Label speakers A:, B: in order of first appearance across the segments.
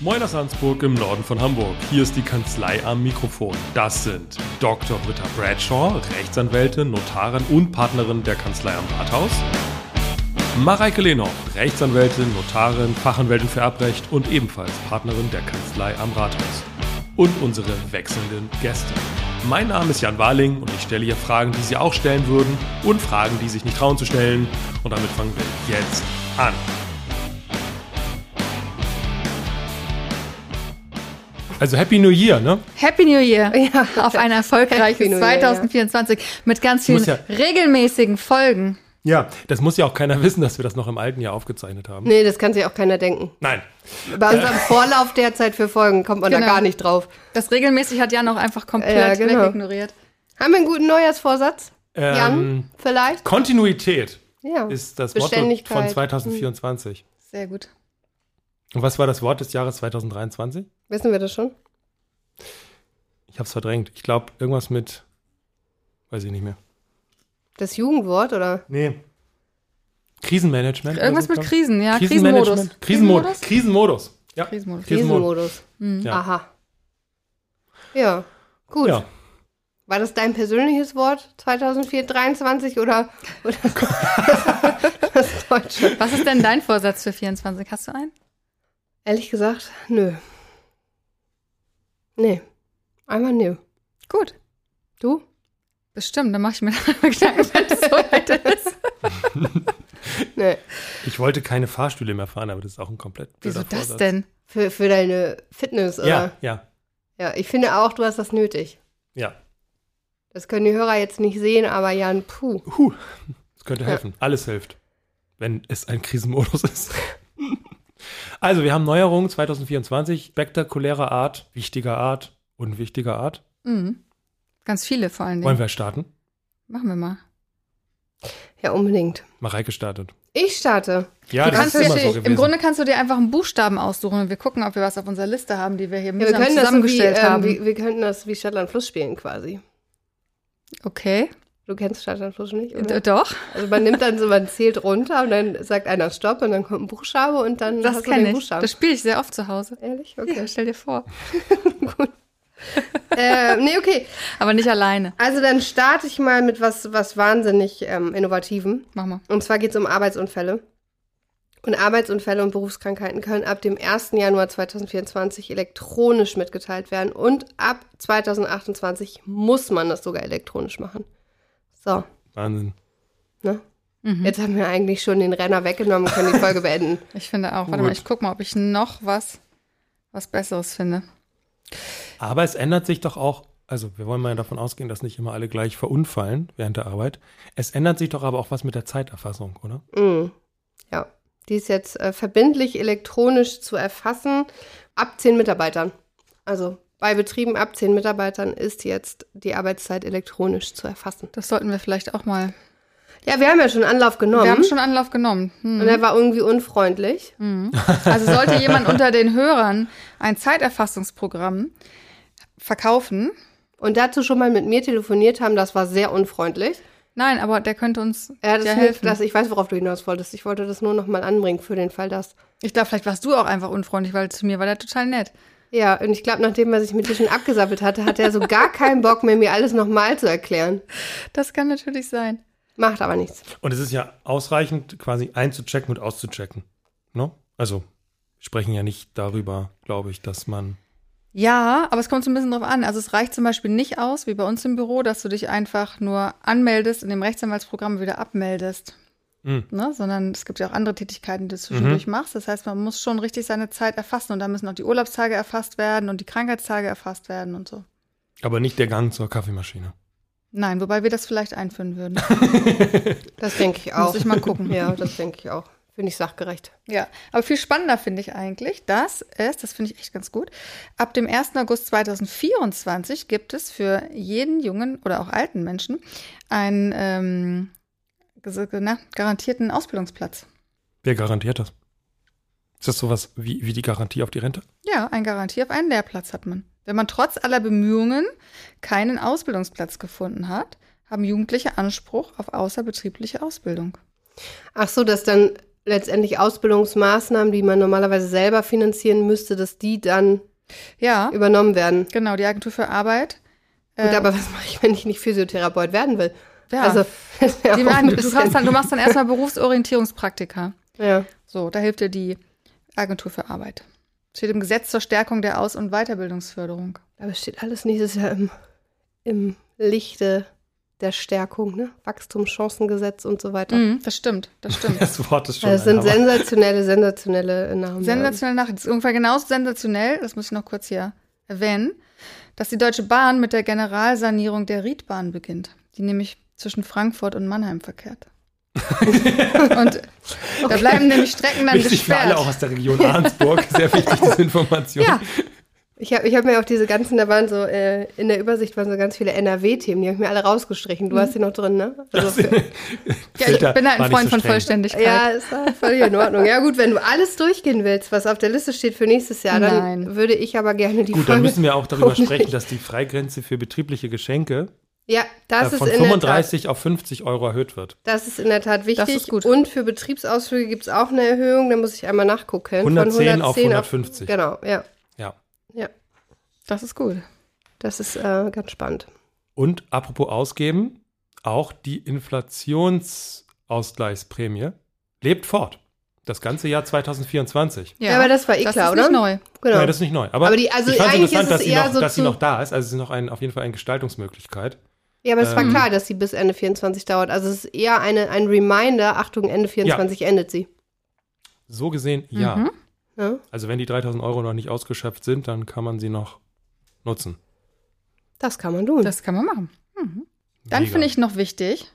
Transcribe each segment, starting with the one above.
A: Moin aus Ansburg im Norden von Hamburg. Hier ist die Kanzlei am Mikrofon. Das sind Dr. Britta Bradshaw, Rechtsanwältin, Notarin und Partnerin der Kanzlei am Rathaus. Mareike Lenoch, Rechtsanwältin, Notarin, Fachanwältin für Erbrecht und ebenfalls Partnerin der Kanzlei am Rathaus. Und unsere wechselnden Gäste. Mein Name ist Jan Warling und ich stelle hier Fragen, die Sie auch stellen würden und Fragen, die sich nicht trauen zu stellen. Und damit fangen wir jetzt an.
B: Also Happy New Year, ne?
C: Happy New Year auf ein erfolgreiches
D: Happy New Year,
C: 2024 mit ganz vielen
B: Muss ja-
C: regelmäßigen Folgen.
B: Ja.
A: Das muss ja auch keiner wissen, dass wir das noch im alten Jahr aufgezeichnet haben.
D: Nee, das kann sich auch keiner denken.
A: Nein.
D: Bei unserem Vorlauf derzeit für Folgen kommt man
C: Genau.
D: da gar nicht drauf.
C: Das regelmäßig hat Jan auch einfach komplett
D: Ja, genau.
C: wegignoriert.
D: Haben wir einen guten Neujahrsvorsatz? Jan, vielleicht?
B: Kontinuität
D: Ja.
B: Ähm, ist das Motto
D: Beständigkeit.
C: Hm.
B: von 2024.
C: Sehr gut.
B: Und was war das Wort des Jahres 2023?
D: Wissen wir das schon?
B: Ich hab's verdrängt. Ich glaube, irgendwas mit. Weiß ich nicht mehr.
D: Das Jugendwort oder?
B: Nee. Krisenmanagement.
C: Irgendwas mit
B: Krise.
C: Krisen, ja. Krisenmodus.
B: Krisenmanagement. Krisenmodus. Krisenmodus. Ja.
C: Krisenmodus.
D: Krisenmodus.
B: Ja.
D: Aha. Ja, gut.
B: Ja.
D: War das dein persönliches Wort 2023 oder, oder das Deutsche?
C: Was ist denn dein Vorsatz für 24? Hast du einen?
D: Ehrlich gesagt, nö. Nee. Einmal nö.
C: Gut.
D: Du?
C: Bestimmt, dann mache ich mir darüber Gedanken, wenn es soweit ist.
D: Nee.
B: Ich wollte keine Fahrstühle mehr fahren, aber das ist auch ein komplett
C: Wieso
B: blöder
C: das
B: Vorsatz.
C: denn? Äh.
D: Für, für deine Fitness,
B: Ja,
D: oder?
B: ja,
D: Ja, ich finde auch, du hast das nötig.
B: ja.
D: Das können die Hörer jetzt nicht sehen, aber Jan, puh.
B: Es könnte helfen. Alles hilft, wenn es ein Krisenmodus ist. also, wir haben Neuerungen 2024, spektakulärer Art, wichtiger Art, unwichtiger Art.
C: Mhm. Ganz viele vor allen
B: Wollen
C: Dingen.
B: wir starten?
C: Machen wir mal.
D: Ja, unbedingt.
B: Mareike startet.
D: Ich starte.
B: Ja,
C: Du
B: das
C: kannst
B: ist immer
C: dir,
B: so
C: Im
B: gewesen.
C: Grunde kannst du dir einfach einen Buchstaben aussuchen und wir gucken, ob wir was auf unserer Liste haben, die wir hier
D: Ja, wir
C: mühsam
D: können das so wie,
C: zusammengestellt
D: ähm,
C: haben.
D: wie, wir könnten das wie Stadtland Fluss spielen quasi.
C: okay,
D: Du kennst Stadtland Fluss nicht,
C: D
D: oder?
C: doch.
D: Also man nimmt dann so, man zählt runter und dann sagt einer Stopp und dann kommt ein Buchstabe und dann
C: Das
D: hast du den
C: kenne ich.
D: Buchstaben.
C: Das spiele ich sehr oft zu Hause.
D: Ehrlich? Okay.
C: Ja, stell dir vor.
D: äh, nee, okay.
C: Aber nicht alleine.
D: Also dann starte ich mal mit was, was wahnsinnig ähm, Innovativem.
C: Mach mal.
D: Und zwar geht es um Arbeitsunfälle. Und Arbeitsunfälle und Berufskrankheiten können ab dem 1. Januar 2024 elektronisch mitgeteilt werden. Und ab 2028 muss man das sogar elektronisch machen. So,
B: Wahnsinn.
D: ne?
C: Mhm.
D: Jetzt haben wir eigentlich schon den Renner weggenommen und können die Folge beenden.
C: Ich finde auch. Warte mal,
B: Gut.
C: ich guck mal, ob ich noch was, was Besseres finde.
B: Aber es ändert sich doch auch, also wir wollen mal davon ausgehen, dass nicht immer alle gleich verunfallen während der Arbeit. Es ändert sich doch aber auch was mit der Zeiterfassung, oder?
D: Mm. Ja, die ist jetzt äh, verbindlich elektronisch zu erfassen ab 10 Mitarbeitern. Also bei Betrieben ab 10 Mitarbeitern ist jetzt die Arbeitszeit elektronisch zu erfassen.
C: Das sollten wir vielleicht auch mal.
D: Ja, wir haben ja schon Anlauf genommen.
C: Wir haben schon Anlauf genommen.
D: Und
C: Hm.
D: er war irgendwie unfreundlich.
C: Also sollte jemand unter den Hörern ein Zeiterfassungsprogramm verkaufen.
D: Und dazu schon mal mit mir telefoniert haben, das war sehr unfreundlich.
C: Nein, aber der könnte uns
D: Ja, das
C: ja
D: hilft,
C: helfen.
D: dass ich weiß, worauf du hinaus wolltest. Ich wollte das nur noch mal anbringen für den Fall, dass.
C: Ich glaube, vielleicht warst du auch einfach unfreundlich, weil zu mir war der total nett.
D: Ja, und ich glaube, nachdem was ich mit dir schon abgesappelt hatte, hat er so gar keinen Bock mehr, mir alles nochmal zu erklären.
C: Das kann natürlich sein.
D: Macht aber nichts.
B: Und es ist ja ausreichend, quasi einzuchecken und auszuchecken. Ne? Also, wir sprechen ja nicht darüber, glaube ich, dass man.
C: Ja, aber es kommt so ein bisschen drauf an. Also es reicht zum Beispiel nicht aus, wie bei uns im Büro, dass du dich einfach nur anmeldest in dem Rechtsanwaltsprogramm wieder abmeldest.
B: Mhm.
C: Ne? Sondern es gibt ja auch andere Tätigkeiten, die du zwischendurch machst. Das heißt, man muss schon richtig seine Zeit erfassen und da müssen auch die Urlaubstage erfasst werden und die Krankheitstage erfasst werden und so.
B: Aber nicht der Gang zur Kaffeemaschine.
C: Nein, wobei wir das vielleicht einführen würden.
D: Das denke ich auch.
C: Muss ich mal gucken.
D: Ja, das denke ich auch. Finde ich sachgerecht.
C: Ja, aber viel spannender finde ich eigentlich, dass es, das finde ich echt ganz gut, ab dem 1. August 2024 gibt es für jeden jungen oder auch alten Menschen einen ähm, ges- na, garantierten Ausbildungsplatz.
B: Wer garantiert das? Ist das sowas wie, wie die Garantie auf die Rente?
C: Ja, ein Garantie auf einen Lehrplatz hat man. Wenn man trotz aller Bemühungen keinen Ausbildungsplatz gefunden hat, haben Jugendliche Anspruch auf außerbetriebliche Ausbildung.
D: Ach so, dass dann letztendlich Ausbildungsmaßnahmen, die man normalerweise selber finanzieren müsste, dass die dann
C: Ja,
D: übernommen werden.
C: genau, die Agentur für Arbeit.
D: Gut,
C: äh,
D: aber was mache ich, wenn ich nicht Physiotherapeut werden will?
C: ja,
D: Also, das wär
C: die
D: auch ein
C: machen, du, halt
D: bisschen-
C: kannst dann, du machst dann erstmal Berufsorientierungspraktika.
D: ja.
C: So, da hilft dir die Agentur für Arbeit. Steht im Gesetz zur Stärkung der Aus- und Weiterbildungsförderung.
D: Aber es steht alles nächstes Jahr im, im Lichte der Stärkung, ne? Wachstumschancengesetz und so weiter.
C: Mhm, das stimmt, das stimmt.
B: Das Wort ist schon.
D: das
B: ein
D: sind
B: Hammer.
D: sensationelle, sensationelle äh, Namen. Also,
C: Sensationelle Nachricht. Das ist irgendwann genauso sensationell, das muss ich noch kurz hier erwähnen, dass die Deutsche Bahn mit der Generalsanierung der Riedbahn beginnt, die nämlich zwischen Frankfurt und Mannheim verkehrt. und da bleiben nämlich Strecken dann
B: Wichtig für alle auch
C: gesperrt.
B: aus der Region Arnsburg. Sehr wichtig, diese Information.
C: Ja,
D: Ich habe ich hab mir auch diese ganzen, da waren so, äh, in der Übersicht waren so ganz viele NRW-Themen, die habe ich mir alle rausgestrichen.
C: Mhm.
D: Du hast die noch drin, ne? Also für,
C: ja, ich
B: Filter
C: bin halt
B: war nicht
C: ein Freund
B: so
C: von
B: streng.
C: Vollständigkeit.
D: ja, ist ja völlig in Ordnung. Ja gut, wenn du alles durchgehen willst, was auf der Liste steht für nächstes Jahr, dann
C: Nein.
D: würde ich aber gerne die
B: Gut,
D: Folge...
B: dann müssen wir auch darüber
D: Oh, nee.
B: sprechen, dass die Freigrenze für betriebliche Geschenke
D: ja,
B: äh,
D: das
B: von
D: ist in der Tat
B: 35 auf 50 Euro erhöht wird.
D: Das ist in der Tat wichtig.
C: ist gut.
D: Und für Betriebsausflüge gibt es auch eine Erhöhung, da muss ich einmal nachgucken.
B: 110 auf 150.
D: Genau, ja.
B: Ja.
C: Das ist gut.
D: Das ist äh, ganz spannend.
B: Und apropos ausgeben, auch die Inflationsausgleichsprämie lebt fort. Das ganze Jahr 2024.
D: Ja, aber das war eh
C: das
D: klar,
C: ist nicht
D: oder?
C: neu.
D: Genau.
B: Nein, das ist nicht neu. Aber,
D: Aber die- also
B: ich fand
D: eigentlich
B: interessant,
D: ist es
B: dass, sie
D: eher
B: noch,
D: so
B: dass sie
D: zu-
B: noch da ist. Also es ist noch ein, auf jeden Fall eine Gestaltungsmöglichkeit.
D: ja, aber es war
C: Mhm.
B: ähm,
D: klar, dass sie bis Ende 24 dauert. Also es ist eher eine, ein Reminder, Achtung, Ende 24 endet sie.
B: So gesehen, ja.
C: Mhm.
D: Ja?
B: Also wenn die 3000 Euro noch nicht ausgeschöpft sind, dann kann man sie noch nutzen.
D: Das kann man tun.
C: Das kann man machen. Mhm. Dann
B: Mega.
C: finde ich noch wichtig,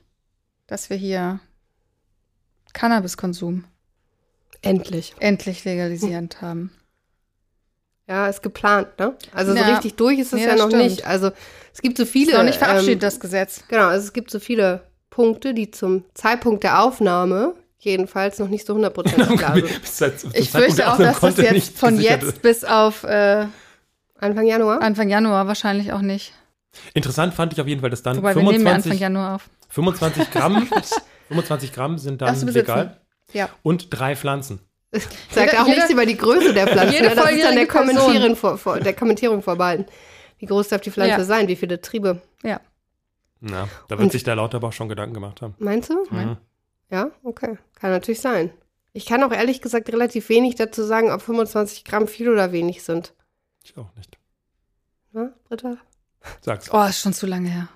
C: dass wir hier Cannabiskonsum
D: Endlich.
C: endlich
B: Hm.
C: legalisiert haben.
D: Ja, ist geplant, ne? Also so
C: Ja.
D: richtig durch ist es
C: Nee,
D: ja
C: das
D: noch
C: stimmt.
D: nicht. Also es gibt so viele.
C: Ist noch nicht verabschiedet,
D: ähm,
C: das Gesetz.
D: Genau, also es gibt so viele Punkte, die zum Zeitpunkt der Aufnahme jedenfalls noch nicht so 100% klar sind.
B: Bis seit- zum Zeitpunkt
C: Ich fürchte
B: der
C: auch,
B: Aufnahme
C: dass das
B: konnte
C: jetzt
B: nicht
C: von
B: gesichert-
C: jetzt bis auf äh,
D: Anfang Januar?
C: Anfang Januar wahrscheinlich auch nicht.
B: Interessant fand ich auf jeden Fall, dass dann
C: Wobei wir nehmen ja Anfang
B: 25,
C: Januar auf.
B: 25 Gramm 25 Gramm sind
C: Darfst
B: dann
C: du besitzen.
B: legal
C: Ja.
B: und drei Pflanzen.
D: Sagt
C: Jeder-
D: auch nichts
C: jeder-
D: über die Größe der Pflanze.
C: Jede
D: ne? das ist dann der
C: volljährige Person.
D: Kommentierung, vor, vor, der Kommentierung vorbehalten. Wie groß darf die Pflanze
C: Ja.
D: sein? Wie viele Triebe?
C: Ja.
B: Na, da wird
D: Und-
B: sich der Lauterbach schon Gedanken gemacht haben.
D: Meinst du?
C: Nein.
B: Mhm.
D: Ja, okay. Kann natürlich sein. Ich kann auch ehrlich gesagt relativ wenig dazu sagen, ob 25 Gramm viel oder wenig sind.
B: Ich auch nicht.
D: Ne, Britta?
B: Sag's.
C: Oh, ist schon zu lange her.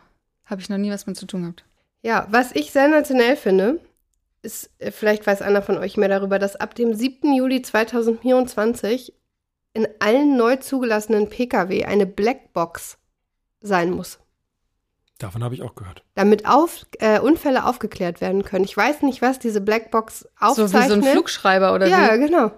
C: Habe ich noch nie was mit zu tun gehabt.
D: Ja, was ich sensationell finde, ist, äh, vielleicht weiß einer von euch mehr darüber, dass ab dem 7. Juli 2024 in allen neu zugelassenen Pkw eine Blackbox sein muss.
B: Davon habe ich auch gehört.
D: damit auf, äh, Unfälle aufgeklärt werden können. Ich weiß nicht, was diese Blackbox
C: So
D: aufzeichnet.
C: wie so ein Flugschreiber oder
D: Ja,
C: wie.
D: genau.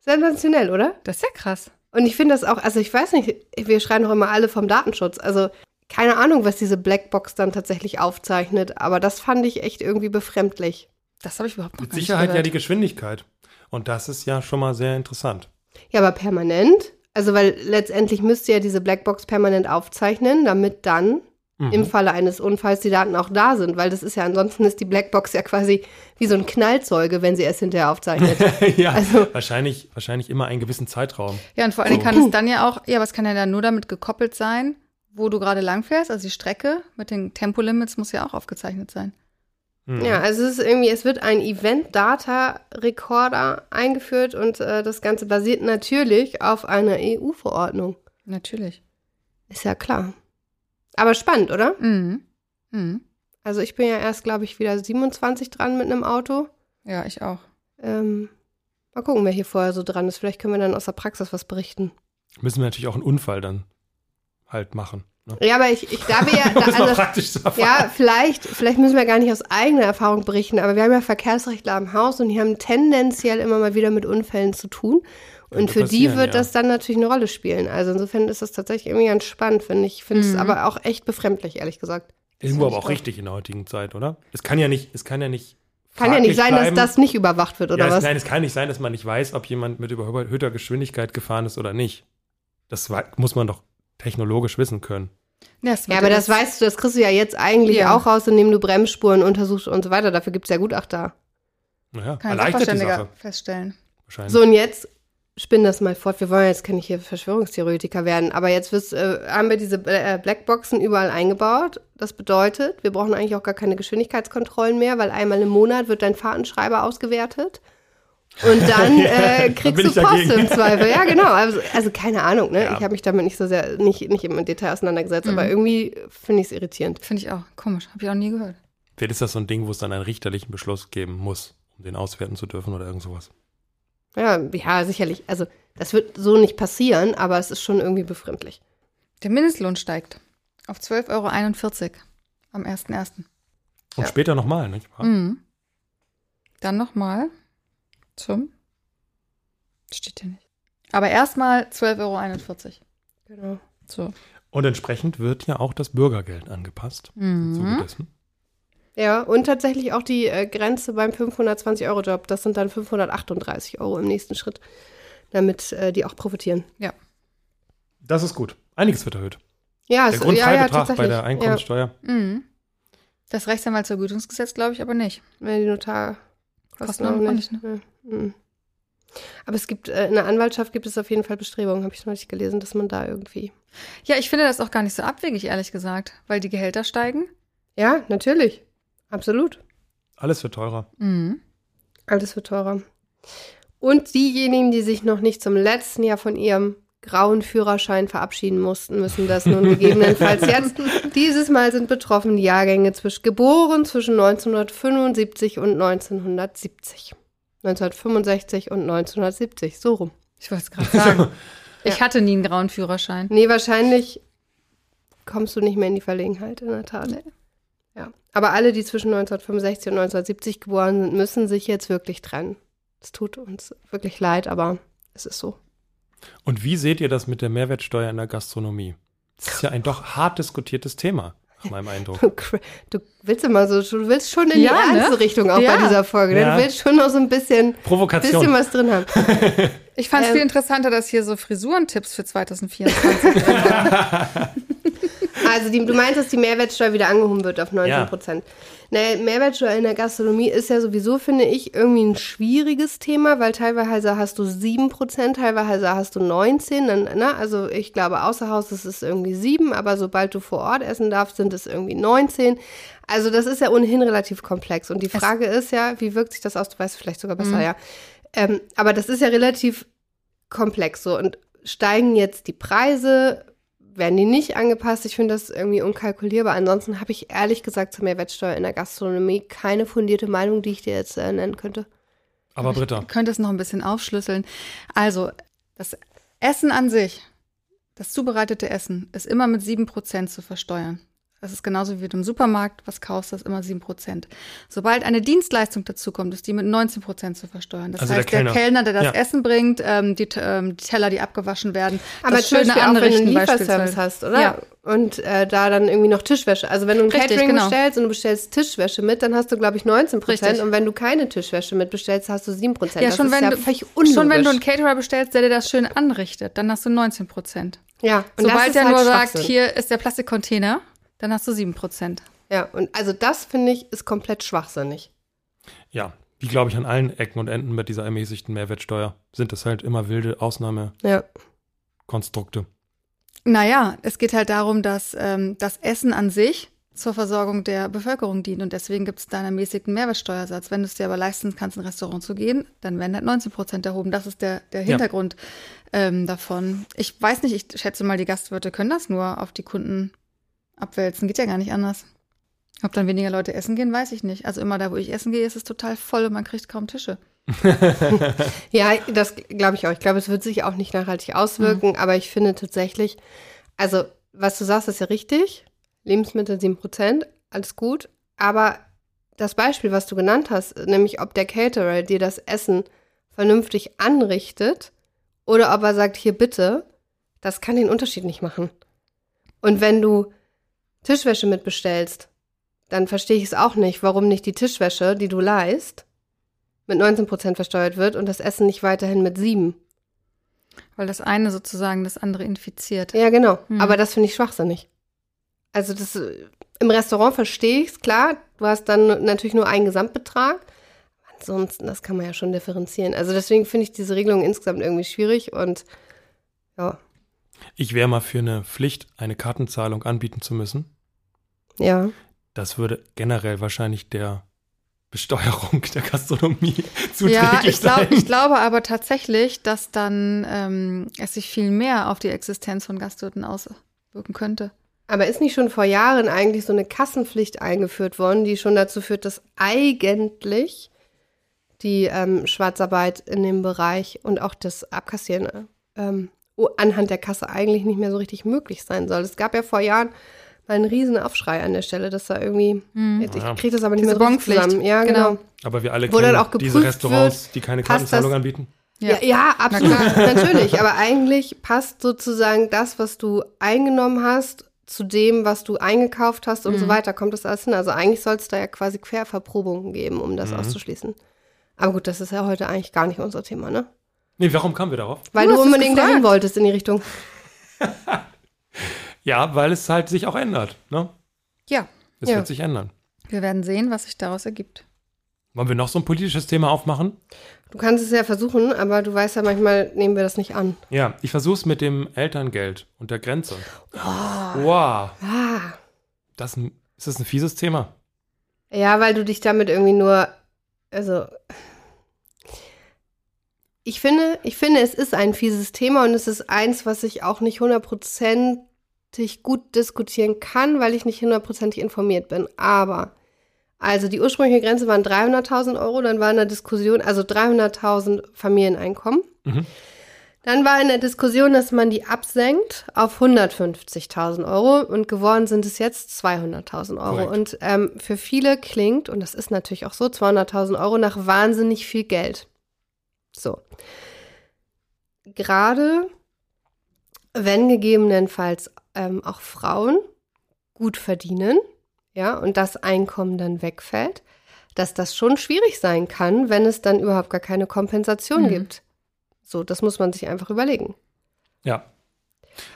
D: Sensationell, oder?
C: Das ist ja krass.
D: Und ich finde das auch, also ich weiß nicht, wir schreien doch immer alle vom Datenschutz. Also keine Ahnung, was diese Blackbox dann tatsächlich aufzeichnet, aber das fand ich echt irgendwie befremdlich.
C: Das habe ich überhaupt noch
B: Mit
C: gar nicht
B: Sicherheit ja
C: gehört.
B: die Geschwindigkeit. Und das ist ja schon mal sehr interessant.
D: Ja, aber permanent? Also weil letztendlich müsste ja diese Blackbox permanent aufzeichnen, damit dann
B: Mhm.
D: im Falle eines Unfalls die Daten auch da sind, weil das ist ja ansonsten ist die Blackbox ja quasi wie so ein Knallzeuge, wenn sie es hinterher aufzeichnet.
B: ja,
D: Also-
B: wahrscheinlich, wahrscheinlich immer einen gewissen Zeitraum.
C: Ja, und vor allem kann es dann ja auch, ja, was kann ja dann nur damit gekoppelt sein, wo du gerade langfährst. Also die Strecke mit den Tempolimits muss ja auch aufgezeichnet sein.
B: Mhm.
D: Ja, also es ist irgendwie, es wird ein Event-Data-Recorder eingeführt und äh, das Ganze basiert natürlich auf einer EU-Verordnung.
C: Natürlich.
D: Ist ja klar. Aber spannend, oder?
C: Mhm. Mhm.
D: Also ich bin ja erst, glaube ich, wieder 27 dran mit einem Auto.
C: Ja, ich auch.
D: Ähm, mal gucken, wer hier vorher so dran ist. Vielleicht können wir dann aus der Praxis was berichten.
B: Müssen wir natürlich auch einen Unfall dann halt machen. Ne?
D: Ja, aber ich, ich da wir ja, da,
B: Um es mal
D: also,
B: praktisch zu erfahren.
D: ja, vielleicht, vielleicht müssen wir gar nicht aus eigener Erfahrung berichten, aber wir haben ja Verkehrsrechtler im Haus und die haben tendenziell immer mal wieder mit Unfällen zu tun. Und
B: Könnte
D: für die
B: passieren,
D: wird
B: ja.
D: das dann natürlich eine Rolle spielen. Also insofern ist das tatsächlich irgendwie ganz spannend, finde ich. Ich finde es
C: Mhm.
D: aber auch echt befremdlich, ehrlich gesagt.
B: Irgendwo
D: Das
B: aber
D: find
B: auch
D: ich
B: richtig in der heutigen Zeit, oder? Es kann ja nicht, es kann ja nicht.
D: Kann ja nicht
B: fraglich
D: sein,
B: bleiben.
D: dass das nicht überwacht wird, oder
B: ja, es,
D: was?
B: Nein, es kann nicht sein, dass man nicht weiß, ob jemand mit überhöhter Geschwindigkeit gefahren ist oder nicht. Das wei- muss man doch technologisch wissen können.
C: Ja, es wird
D: ja, aber das weißt du, das kriegst du ja jetzt eigentlich
C: Ja.
D: auch raus, indem du Bremsspuren untersuchst und so weiter. Dafür gibt es ja Gutachter.
B: Naja,
C: Kein
B: erleichtert die
C: Sachverständiger
B: Sache
C: feststellen.
B: wahrscheinlich.
D: So, und jetzt spinn das mal fort. Wir wollen jetzt kann ich hier Verschwörungstheoretiker werden, aber jetzt wird's, äh, haben wir diese äh, Blackboxen überall eingebaut. Das bedeutet, wir brauchen eigentlich auch gar keine Geschwindigkeitskontrollen mehr, weil einmal im Monat wird dein Fahrtenschreiber ausgewertet. Und dann äh, kriegst
B: bin
D: du
B: ich
D: Post
B: dagegen.
D: im Zweifel. Ja, genau. Also, also keine Ahnung, ne?
B: Ja. Mhm.
D: Ich habe mich damit nicht so sehr, nicht, nicht im Detail auseinandergesetzt, aber irgendwie finde ich es irritierend.
C: Finde ich auch komisch. Habe ich auch nie gehört.
B: Vielleicht ist das so ein Ding, wo es dann einen richterlichen Beschluss geben muss, um den auswerten zu dürfen oder irgend sowas.
D: Ja, ja, sicherlich. Also das wird so nicht passieren, aber es ist schon irgendwie befremdlich.
C: Der Mindestlohn steigt auf 12,41 Euro am 1.1.
B: Und
D: Ja.
B: später nochmal, nicht wahr?
C: Mhm. Dann nochmal zum. Steht hier nicht. Aber erstmal 12,41 Euro.
D: Genau.
C: So.
B: Und entsprechend wird ja auch das Bürgergeld angepasst. Im Zuge
C: Mhm.
B: dessen.
D: Ja, und tatsächlich auch die äh, Grenze beim 520-Euro-Job. Das sind dann 538 Euro im nächsten Schritt, damit äh, die auch profitieren.
B: Das ist gut. Einiges wird erhöht.
D: Ja,
B: Der
D: es- Also, ja, ja,
B: Grundfreibetrag bei
D: tatsächlich.
B: der Einkommensteuer.
C: Mhm. Das Rechtsanwaltsvergütungsgesetz glaube ich aber nicht.
D: Ja, ja, die Notar
C: Kosten
D: kosten auch
C: auch
D: nicht. Ja, mhm. Aber es gibt, äh, in der Anwaltschaft gibt es auf jeden Fall Bestrebungen, habe ich neulich gelesen, dass man da irgendwie.
C: Ja, ich finde das auch gar nicht so abwegig, ehrlich gesagt, weil die Gehälter steigen.
D: Ja, natürlich. Absolut.
B: Alles wird teurer.
C: Mhm.
D: Alles wird teurer. Und diejenigen, die sich noch nicht zum letzten Jahr von ihrem grauen Führerschein verabschieden mussten, müssen das nun gegebenenfalls jetzt. Dieses Mal sind betroffen die Jahrgänge zwischen geboren zwischen 1975 und 1970. 1965 und 1970, so rum.
C: Ich wollte es gerade sagen. Ich hatte nie einen grauen Führerschein.
D: Nee, wahrscheinlich kommst du nicht mehr in die Verlegenheit, in der Tat. Ja. Aber alle, die zwischen 1965 und 1970 geboren sind, müssen sich jetzt wirklich trennen. Es tut uns wirklich leid, aber es ist so.
B: Und wie seht ihr das mit der Mehrwertsteuer in der Gastronomie? Das ist ja ein doch hart diskutiertes Thema, nach meinem Eindruck.
D: Du, cra- du willst immer so, du willst schon in
C: Ja,
D: die
C: ne?
D: ernste Richtung auch
C: Ja.
D: bei dieser Folge. Ne?
B: Ja.
D: Du willst schon noch so ein bisschen, bisschen
B: Provokation.
D: was drin haben.
C: Ich fand es
D: Ähm.
C: viel interessanter, dass hier so Frisurentipps für 2024
D: Also die, du meinst, dass die Mehrwertsteuer wieder angehoben wird auf 19 Prozent. Naja, Mehrwertsteuer in der Gastronomie ist ja sowieso, finde ich, irgendwie ein schwieriges Thema, weil teilweise hast du 7 Prozent, teilweise hast du 19. Dann, ne? Also ich glaube, außer Haus ist es irgendwie 7, aber sobald du vor Ort essen darfst, sind es irgendwie 19. Also das ist ja ohnehin relativ komplex. Und die Frage ist ja, wie wirkt sich das aus? Du weißt vielleicht sogar besser, ja. Ähm, aber das ist ja relativ komplex so. Und steigen jetzt die Preise, werden die nicht angepasst? Ich finde das irgendwie unkalkulierbar. Ansonsten habe ich ehrlich gesagt zur Mehrwertsteuer in der Gastronomie keine fundierte Meinung, die ich dir jetzt äh, nennen könnte.
B: Aber Britta,
C: Ich könnte es noch ein bisschen aufschlüsseln. Also, das Essen an sich, das zubereitete Essen, ist immer mit 7% zu versteuern. Das ist genauso wie du im Supermarkt was kaufst, das ist immer 7%. Sobald eine Dienstleistung dazukommt, ist die mit 19% zu versteuern. Das
B: Also der
C: heißt, der
B: Kellner.
C: Kellner, der, das
B: Ja.
C: Essen bringt, ähm, die, T- ähm, die Teller, die abgewaschen werden,
D: Aber
C: das
D: zum
C: schöne
D: Beispiel auch, wenn du einen
C: Anrichten
D: Lieferservice
C: beispielsweise.
D: hast, oder?
C: Ja.
D: Und äh, da dann irgendwie noch Tischwäsche. Also wenn du ein
C: Richtig,
D: Catering
C: genau.
D: bestellst und du bestellst Tischwäsche mit, dann hast du, glaube ich, 19 Prozent.
C: Richtig.
D: Und wenn du keine Tischwäsche mit bestellst, hast du 7 Prozent.
C: Ja,
D: das
C: schon
D: ist
C: wenn,
D: ja
C: du,
D: völlig
C: schon wenn du einen
D: unlogisch.
C: Caterer bestellst, der dir das schön anrichtet, dann hast du 19 Prozent.
D: ja, und das
C: Sobald
D: ist
C: der
D: halt
C: nur sagt,
D: Schwachsinn.
C: hier ist der Plastikcontainer, dann hast du 7 Prozent.
D: Ja, und also das finde ich ist komplett schwachsinnig.
B: ja, wie glaube ich an allen Ecken und Enden mit dieser ermäßigten Mehrwertsteuer, sind das halt immer wilde
D: Ja.
B: Ausnahmekonstrukte.
C: Naja, es geht halt darum, dass ähm, das Essen an sich zur Versorgung der Bevölkerung dient und deswegen gibt es da einen ermäßigten Mehrwertsteuersatz. Wenn du es dir aber leisten kannst, in ein Restaurant zu gehen, dann werden halt 19 Prozent erhoben. Das ist der, der Hintergrund ähm, davon. Ich weiß nicht, ich schätze mal, die Gastwirte können das nur auf die Kunden abwälzen. Geht ja gar nicht anders. Ob dann weniger Leute essen gehen, weiß ich nicht. Also immer da, wo ich essen gehe, ist es total voll und man kriegt kaum Tische.
D: Ja, das glaube ich auch. Ich glaube, es wird sich auch nicht nachhaltig auswirken, aber ich finde tatsächlich, also was du sagst, ist ja richtig. Lebensmittel 7%, alles gut. Aber das Beispiel, was du genannt hast, nämlich ob der Caterer dir das Essen vernünftig anrichtet oder ob er sagt, hier bitte, das kann den Unterschied nicht machen. Und wenn du Tischwäsche mitbestellst, dann verstehe ich es auch nicht, warum nicht die Tischwäsche, die du leihst, mit 19% versteuert wird und das Essen nicht weiterhin mit 7.
C: Weil das eine sozusagen das andere infiziert.
D: Ja, genau.
C: Hm.
D: Aber das finde ich schwachsinnig. Also das äh, im Restaurant verstehe ich es, klar. Du hast dann natürlich nur einen Gesamtbetrag. ansonsten, das kann man ja schon differenzieren. Also deswegen finde ich diese Regelung insgesamt irgendwie schwierig und ja.
B: Ich wäre mal für eine Pflicht, eine Kartenzahlung anbieten zu müssen.
D: Ja.
B: Das würde generell wahrscheinlich der Besteuerung der Gastronomie zuträglich
C: Ja, ich,
B: sein.
C: glaub, ich glaube aber tatsächlich, dass dann ähm, es sich viel mehr auf die Existenz von Gastwirten auswirken könnte.
D: Aber ist nicht schon vor Jahren eigentlich so eine Kassenpflicht eingeführt worden, die schon dazu führt, dass eigentlich die ähm, Schwarzarbeit in dem Bereich und auch das Abkassieren ähm, o- anhand der Kasse eigentlich nicht mehr so richtig möglich sein soll? Es gab ja vor Jahren mal einen riesen Aufschrei an der Stelle, dass da irgendwie,
C: Mhm.
D: jetzt, ich
B: Ja.
D: kriege das aber nicht
C: Diese
D: mehr so richtig
C: Bonpflicht.
D: zusammen. Ja, genau.
C: Genau.
B: Aber wir alle
D: Wo dann
B: kennen
D: auch
B: diese
D: geprüft
B: Restaurants, die keine
D: passt das-
B: Kartenzahlung anbieten.
D: Ja, ja absolut,
C: Na
D: natürlich. Aber eigentlich passt sozusagen das, was du eingenommen hast, zu dem, was du eingekauft hast und so
C: Mhm.
D: weiter, kommt das alles hin. Also eigentlich soll es da ja quasi Querverprobungen geben, um das
B: Mhm.
D: auszuschließen. Aber gut, das ist ja heute eigentlich gar nicht unser Thema, ne?
B: Nee, warum kamen wir darauf?
D: Weil
C: Du
D: du,
C: hast es
D: unbedingt
C: gefragt.
D: dahin wolltest in die Richtung.
B: Ja, weil es halt sich auch ändert. Ne?
C: Ja,
B: Es
D: Ja.
B: wird sich ändern.
C: wir werden sehen, was sich daraus ergibt.
B: Wollen wir noch so ein politisches Thema aufmachen?
D: Du kannst es ja versuchen, aber du weißt ja, manchmal nehmen wir das nicht an.
B: Ja, ich versuch's mit dem Elterngeld und der Grenze.
C: Oh.
B: Wow,
D: Ah.
B: das ist, ein, ist das ein fieses Thema?
D: Ja, weil du dich damit irgendwie nur, also ich finde, ich finde, es ist ein fieses Thema und es ist eins, was ich auch nicht hundertprozentig gut diskutieren kann, weil ich nicht hundertprozentig informiert bin. Aber also die ursprüngliche Grenze waren 300.000 Euro, dann war in der Diskussion, also 300.000 Familieneinkommen.
B: Mhm.
D: Dann war in der Diskussion, dass man die absenkt auf 150.000 Euro und geworden sind es jetzt 200.000 Euro.
B: Korrekt.
D: Und ähm, für viele klingt, und das ist natürlich auch so, 200.000 Euro nach wahnsinnig viel Geld. So. Gerade wenn gegebenenfalls ähm, auch Frauen gut verdienen, ja, und das Einkommen dann wegfällt, dass das schon schwierig sein kann, wenn es dann überhaupt gar keine Kompensation
C: Mhm.
D: gibt. So, das muss man sich einfach überlegen.
B: Ja.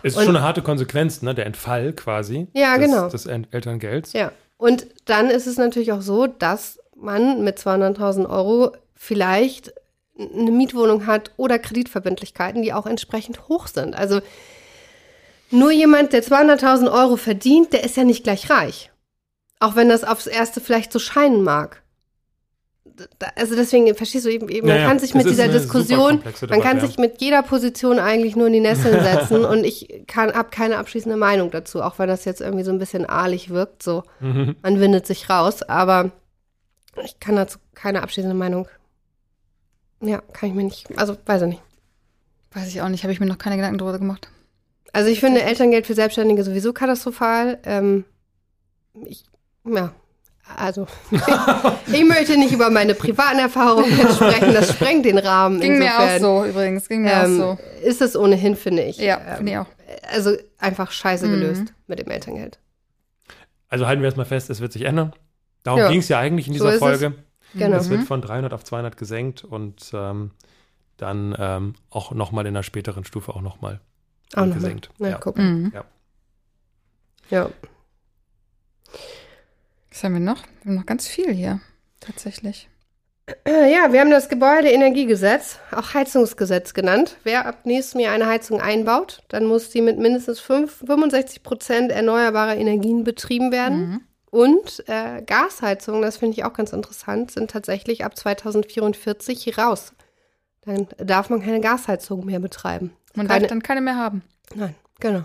B: Es ist
D: Und-
B: schon eine harte Konsequenz, ne? der Entfall quasi
D: Ja,
B: des,
D: genau.
B: des El- Elterngelds.
D: Ja. Und dann ist es natürlich auch so, dass man mit 200.000 Euro vielleicht eine Mietwohnung hat oder Kreditverbindlichkeiten, die auch entsprechend hoch sind. Also nur jemand, der 200.000 Euro verdient, der ist ja nicht gleich reich. Auch wenn das aufs Erste vielleicht so scheinen mag. Da- Also deswegen, verstehst du, eben, eben, man
B: Ja, ja,
D: kann sich
B: das
D: mit
B: ist
D: dieser
B: eine
D: Diskussion,
B: superkomplexe
D: man kann
B: Debatte,
D: sich mit jeder Position eigentlich nur in die Nesseln setzen und ich habe keine abschließende Meinung dazu, auch wenn das jetzt irgendwie so ein bisschen ahlig wirkt, so
B: Mhm.
D: man windet sich raus, aber ich kann dazu keine abschließende Meinung. Ja, kann ich mir nicht, also weiß ich nicht.
C: Weiß ich auch nicht, habe ich mir noch keine Gedanken darüber gemacht.
D: Also ich finde Elterngeld für Selbstständige sowieso katastrophal. Ähm, ich, ja, also ich möchte nicht über meine privaten Erfahrungen jetzt sprechen, das sprengt den Rahmen.
C: Ging mir auch
D: insofern,
C: so übrigens, ging mir auch
D: Ähm, Ist es ohnehin, finde ich.
C: so. Ja,
D: Ähm,
C: finde ich auch.
D: Also einfach scheiße
C: Mhm.
D: gelöst mit dem Elterngeld.
B: Also halten wir erstmal fest, es wird sich ändern. Darum
D: Ja.
B: ging es ja eigentlich in
D: So
B: dieser
D: ist es.
B: Folge.
D: Genau.
B: Es wird von 300 auf 200 gesenkt und ähm, dann ähm, auch nochmal in einer späteren Stufe auch nochmal
D: Auch nochmal.
B: gesenkt.
D: Na,
B: ja.
D: guck.
C: Mhm.
D: Ja.
C: Was haben wir noch? Wir haben noch ganz viel hier, tatsächlich.
D: Äh, Ja, wir haben das Gebäudeenergiegesetz, auch Heizungsgesetz genannt. Wer ab nächstem Jahr eine Heizung einbaut, dann muss sie mit mindestens 5, 65 Prozent erneuerbarer Energien betrieben werden.
C: Mhm.
D: Und äh, Gasheizungen, das finde ich auch ganz interessant, sind tatsächlich ab 2044 raus. Dann darf man keine Gasheizung mehr betreiben.
C: Man
D: Keine-
C: darf dann keine mehr haben.
D: Nein, genau.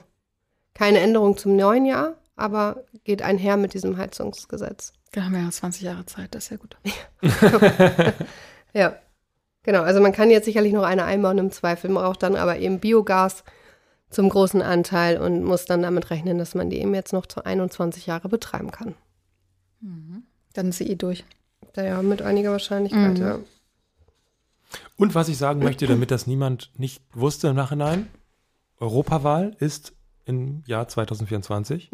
D: Keine Änderung zum neuen Jahr, aber geht einher mit diesem Heizungsgesetz.
C: Da haben wir ja 20 Jahre Zeit, das ist ja gut.
D: Ja, genau. Also man kann jetzt sicherlich noch eine einbauen im Zweifel, man braucht dann aber eben Biogas zum großen Anteil und muss dann damit rechnen, dass man die eben jetzt noch zu 21 Jahre betreiben kann.
C: Dann ist sie eh durch.
D: Daher mit einiger Wahrscheinlichkeit,
C: Mhm.
D: ja.
B: Und was ich sagen möchte, damit das niemand nicht wusste im Nachhinein, Europawahl ist im Jahr 2024.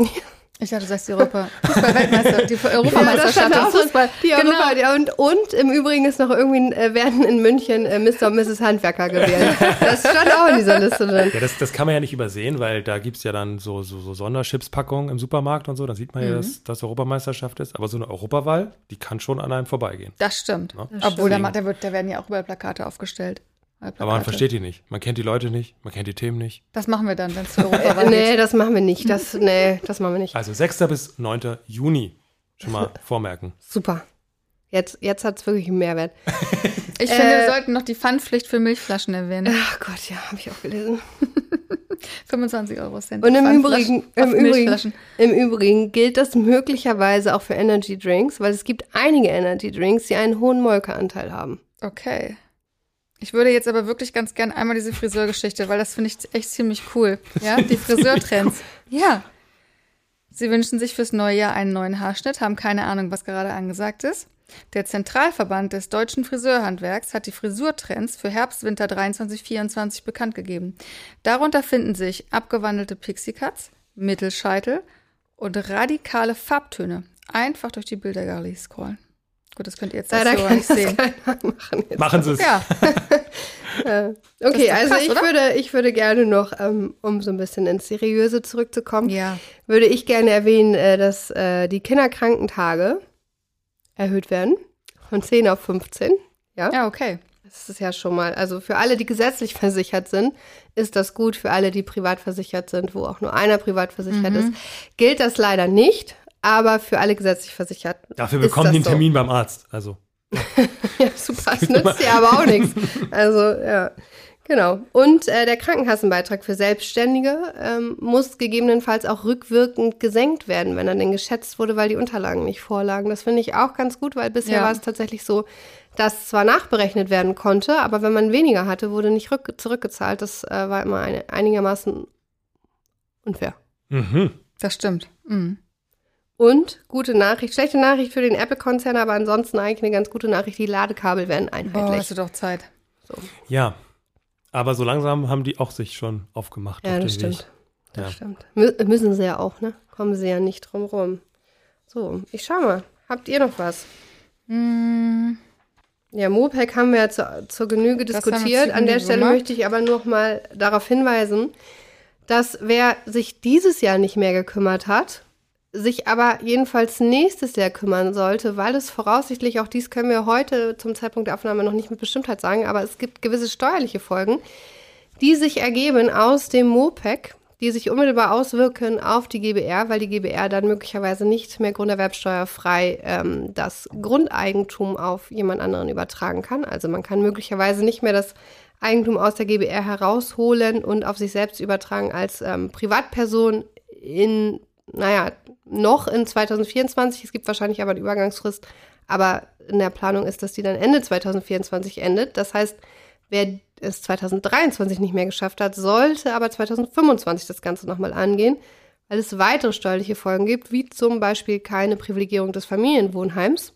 C: Ich dachte, du sagst die Europa. Fußball-Weltmeister, die
D: stand
C: Europameisterschaft
D: auch
C: im
D: so-
C: Fußball.
D: Die
C: Genau.
D: Europa, die, und, und im Übrigen ist noch irgendwie, äh, werden in München äh, Mr. und Mrs. Handwerker gewählt. Das stand auch in dieser Liste drin.
B: Ja, das, das kann man ja nicht übersehen, weil da gibt es ja dann so, so, so Sonderchipspackungen im Supermarkt und so. Dann sieht man
D: Mhm.
B: ja, dass das Europameisterschaft ist. Aber so eine Europawahl, die kann schon an einem vorbeigehen.
C: Das stimmt.
B: Ne?
C: Obwohl, da, ma- da, wird, da werden ja auch überall Plakate aufgestellt.
B: Aber man versteht die nicht. Man kennt die Leute nicht. Man kennt die Themen nicht.
C: Das machen wir dann, wenn es zur Europawahl
D: Nee,
C: geht.
D: das machen wir nicht. Das, nee, das machen wir nicht.
B: Also 6. bis 9. Juni. Schon mal vormerken.
D: Super. Jetzt, jetzt hat es wirklich einen Mehrwert.
C: Ich finde,
D: Äh,
C: wir sollten noch die Pfandpflicht für Milchflaschen erwähnen.
D: Ach Gott, ja, habe ich auch gelesen.
C: 25 Euro Cent.
D: Und im
C: Pfandflaschen
D: Übrigen,
C: auf
D: im Übrigen,
C: Milchflaschen.
D: im Übrigen gilt das möglicherweise auch für Energy Drinks, weil es gibt einige Energy Drinks, die einen hohen Molkeanteil haben.
C: Okay. Ich würde jetzt aber wirklich ganz gern einmal diese Friseurgeschichte, weil das finde ich echt ziemlich cool. Ja, die Friseurtrends. Ja. Sie wünschen sich fürs neue Jahr einen neuen Haarschnitt, haben keine Ahnung, was gerade angesagt ist. Der Zentralverband des deutschen Friseurhandwerks hat die Frisurtrends für Herbst, Winter 23, 24 bekannt gegeben. Darunter finden sich abgewandelte Pixie Cuts, Mittelscheitel und radikale Farbtöne. Einfach durch die Bildergalerie scrollen. Gut, das könnt ihr jetzt als
D: Leider
C: Hörer
D: kann
C: nicht
D: ich das
C: sehen.
D: keiner machen jetzt.
B: Machen Sie es.
C: Ja,
D: Okay,
C: Das ist doch
D: also
C: krass,
D: ich
C: oder?
D: würde, ich würde gerne noch, ähm, um so ein bisschen ins Seriöse zurückzukommen,
C: ja.
D: würde ich gerne erwähnen, äh, dass äh, die Kinderkrankentage erhöht werden von 10 auf 15.
C: Ja, okay.
D: Das ist ja schon mal, also für alle, die gesetzlich versichert sind, ist das gut. Für alle, die privat versichert sind, wo auch nur einer privat
B: Mhm.
D: versichert ist, gilt das leider nicht. Aber für alle gesetzlich Versicherten.
B: Dafür
D: ist
B: bekommen
D: das
B: die einen
D: so.
B: Termin beim Arzt. Also,
D: Ja, super, das nützt dir aber auch nichts. Also, ja, genau. Und äh, der Krankenkassenbeitrag für Selbstständige ähm, muss gegebenenfalls auch rückwirkend gesenkt werden, wenn er denn geschätzt wurde, weil die Unterlagen nicht vorlagen. Das finde ich auch ganz gut, weil bisher
C: Ja.
D: war es tatsächlich so, dass zwar nachberechnet werden konnte, aber wenn man weniger hatte, wurde nicht rück zurückgezahlt. Das äh, war immer eine, einigermaßen unfair.
B: mhm.
C: Das stimmt. Mhm.
D: Und gute Nachricht, schlechte Nachricht für den Apple-Konzern, aber ansonsten eigentlich eine ganz gute Nachricht. Die Ladekabel werden
C: Boah,
D: einheitlich.
C: hast du doch Zeit.
B: ja. Aber so langsam haben die auch sich schon aufgemacht.
D: Ja,
B: auf
D: das
B: den Weg.
D: stimmt. Das
B: Ja.
D: stimmt. Mü äh, müssen sie ja auch, ne? Kommen sie ja nicht drum rum. So, ich schau mal. Habt ihr noch was?
C: Mhm.
D: Ja, Mopec haben wir ja zu, zur Genüge
C: Das haben wir
D: diskutiert.
C: zur
D: An der
C: Genüge
D: Stelle
C: gemacht.
D: möchte ich aber noch mal darauf hinweisen, dass wer sich dieses Jahr nicht mehr gekümmert hat, sich aber jedenfalls nächstes Jahr kümmern sollte, weil es voraussichtlich, auch dies können wir heute zum Zeitpunkt der Aufnahme noch nicht mit Bestimmtheit sagen, aber es gibt gewisse steuerliche Folgen, die sich ergeben aus dem MOPEC, die sich unmittelbar auswirken auf die GBR, weil die GBR dann möglicherweise nicht mehr grunderwerbsteuerfrei ähm, das Grundeigentum auf jemand anderen übertragen kann. Also man kann möglicherweise nicht mehr das Eigentum aus der GBR herausholen und auf sich selbst übertragen als ähm, Privatperson in, naja, noch in 2024. Es gibt wahrscheinlich aber eine Übergangsfrist, aber in der Planung ist, dass die dann Ende 2024 endet. Das heißt, Wer es 2023 nicht mehr geschafft hat, sollte aber 2025 das Ganze nochmal angehen, weil es weitere steuerliche Folgen gibt, wie zum Beispiel keine Privilegierung des Familienwohnheims.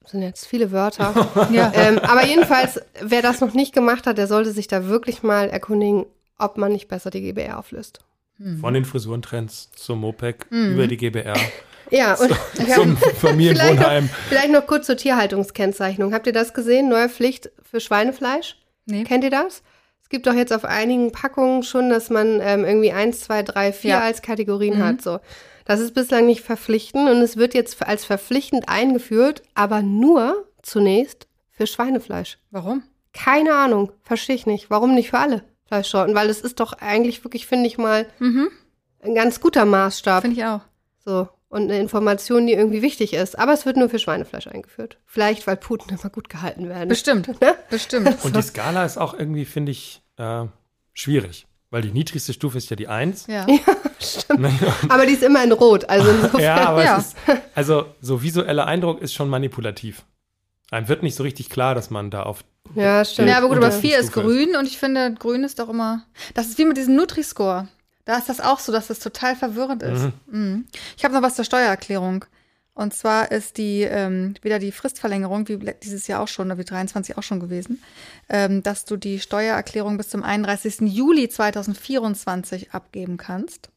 D: Das sind jetzt viele Wörter.
C: Ja.
D: ähm, aber jedenfalls, wer das noch nicht gemacht hat, der sollte sich da wirklich mal erkundigen, ob man nicht besser die GBR auflöst.
B: Von den Frisurentrends zum Mopec über die GBR
D: Mhm. Ja, und
B: zum
D: vielleicht, noch,
B: Familienwohnheim.
D: vielleicht noch kurz zur Tierhaltungskennzeichnung. Habt ihr das gesehen? Neue Pflicht für Schweinefleisch?
C: Nee.
D: Kennt ihr das? Es gibt doch jetzt auf einigen Packungen schon, dass man ähm, irgendwie 1, 2, 3, 4
C: Ja.
D: als Kategorien hat. So. Das ist bislang nicht verpflichtend und es wird jetzt als verpflichtend eingeführt, aber nur zunächst für Schweinefleisch.
C: Warum?
D: Keine Ahnung, verstehe ich nicht. Warum nicht für alle Fleischsorten? Weil es ist doch eigentlich wirklich, finde ich mal,
C: Mhm.
D: ein ganz guter Maßstab.
C: Finde ich auch.
D: So. Und eine Information, die irgendwie wichtig ist. Aber es wird nur für Schweinefleisch eingeführt. Vielleicht, weil Puten immer gut gehalten werden.
C: Bestimmt.
D: Ne?
C: Bestimmt.
B: Und die Skala ist auch irgendwie, finde ich, äh, schwierig. Weil die niedrigste Stufe ist ja die 1.
C: Ja.
D: Aber die ist immer in Rot. Also insofern.
B: Ja, aber
C: Ja.
B: es ist, also so visueller Eindruck ist schon manipulativ. Einem wird nicht so richtig klar, dass man da auf
D: Ja, stimmt.
C: Ja, aber gut,
B: Und
C: aber
B: das
C: 4
B: ist
C: ist
B: Stufe.
C: grün und ich finde, grün ist doch immer. Das ist wie mit diesem Nutri-Score. Da ist das auch so, dass das total verwirrend ist. Mhm. Ich habe noch was zur Steuererklärung. Und zwar ist die ähm, wieder die Fristverlängerung, wie le- dieses Jahr auch schon, oder wie 23 auch schon gewesen, ähm, dass du die Steuererklärung bis zum 31. Juli 2024 abgeben kannst.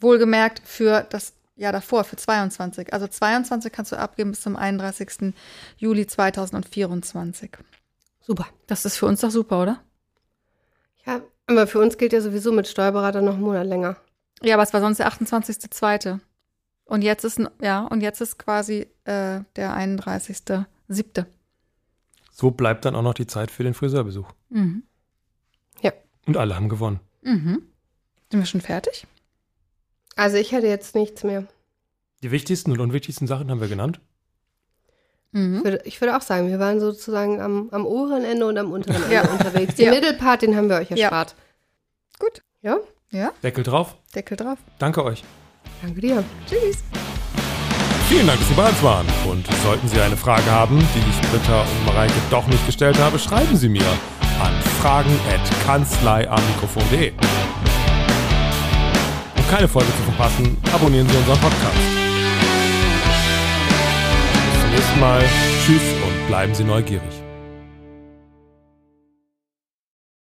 C: Wohlgemerkt für das Jahr davor für 22. Also 22 kannst du abgeben bis zum 31. Juli 2024.
D: Super.
C: Das ist für uns doch super, oder?
D: Ja, aber für uns gilt ja sowieso mit Steuerberater noch einen Monat länger.
C: Ja, aber es war sonst der 28.2. Und jetzt ist, ja, und jetzt ist quasi äh, der 31.7.
E: So bleibt dann auch noch die Zeit für den Friseurbesuch.
C: Mhm.
E: Und alle haben gewonnen.
C: Mhm. Sind wir schon fertig?
D: Also ich hätte jetzt nichts mehr.
E: Die wichtigsten und unwichtigsten Sachen haben wir genannt.
D: Ich
C: Mhm.
D: würde, ich würde auch sagen, wir waren sozusagen am, am oberen Ende und am unteren Ende
C: Ja.
D: unterwegs. Den
C: Ja.
D: Mittelpart, den haben wir euch
C: Ja.
D: erspart.
C: Gut.
D: Ja,
E: Deckel drauf.
C: Deckel drauf.
E: Danke euch.
D: danke dir.
C: Tschüss.
B: Vielen Dank, dass Sie bei uns waren. Und sollten Sie eine Frage haben, die ich Britta und Mareike doch nicht gestellt habe, schreiben Sie mir an fragen.kanzleiamikrofon.de. Um keine Folge zu verpassen, abonnieren Sie unseren Podcast. Bis zum nächsten Mal. Tschüss und bleiben Sie neugierig.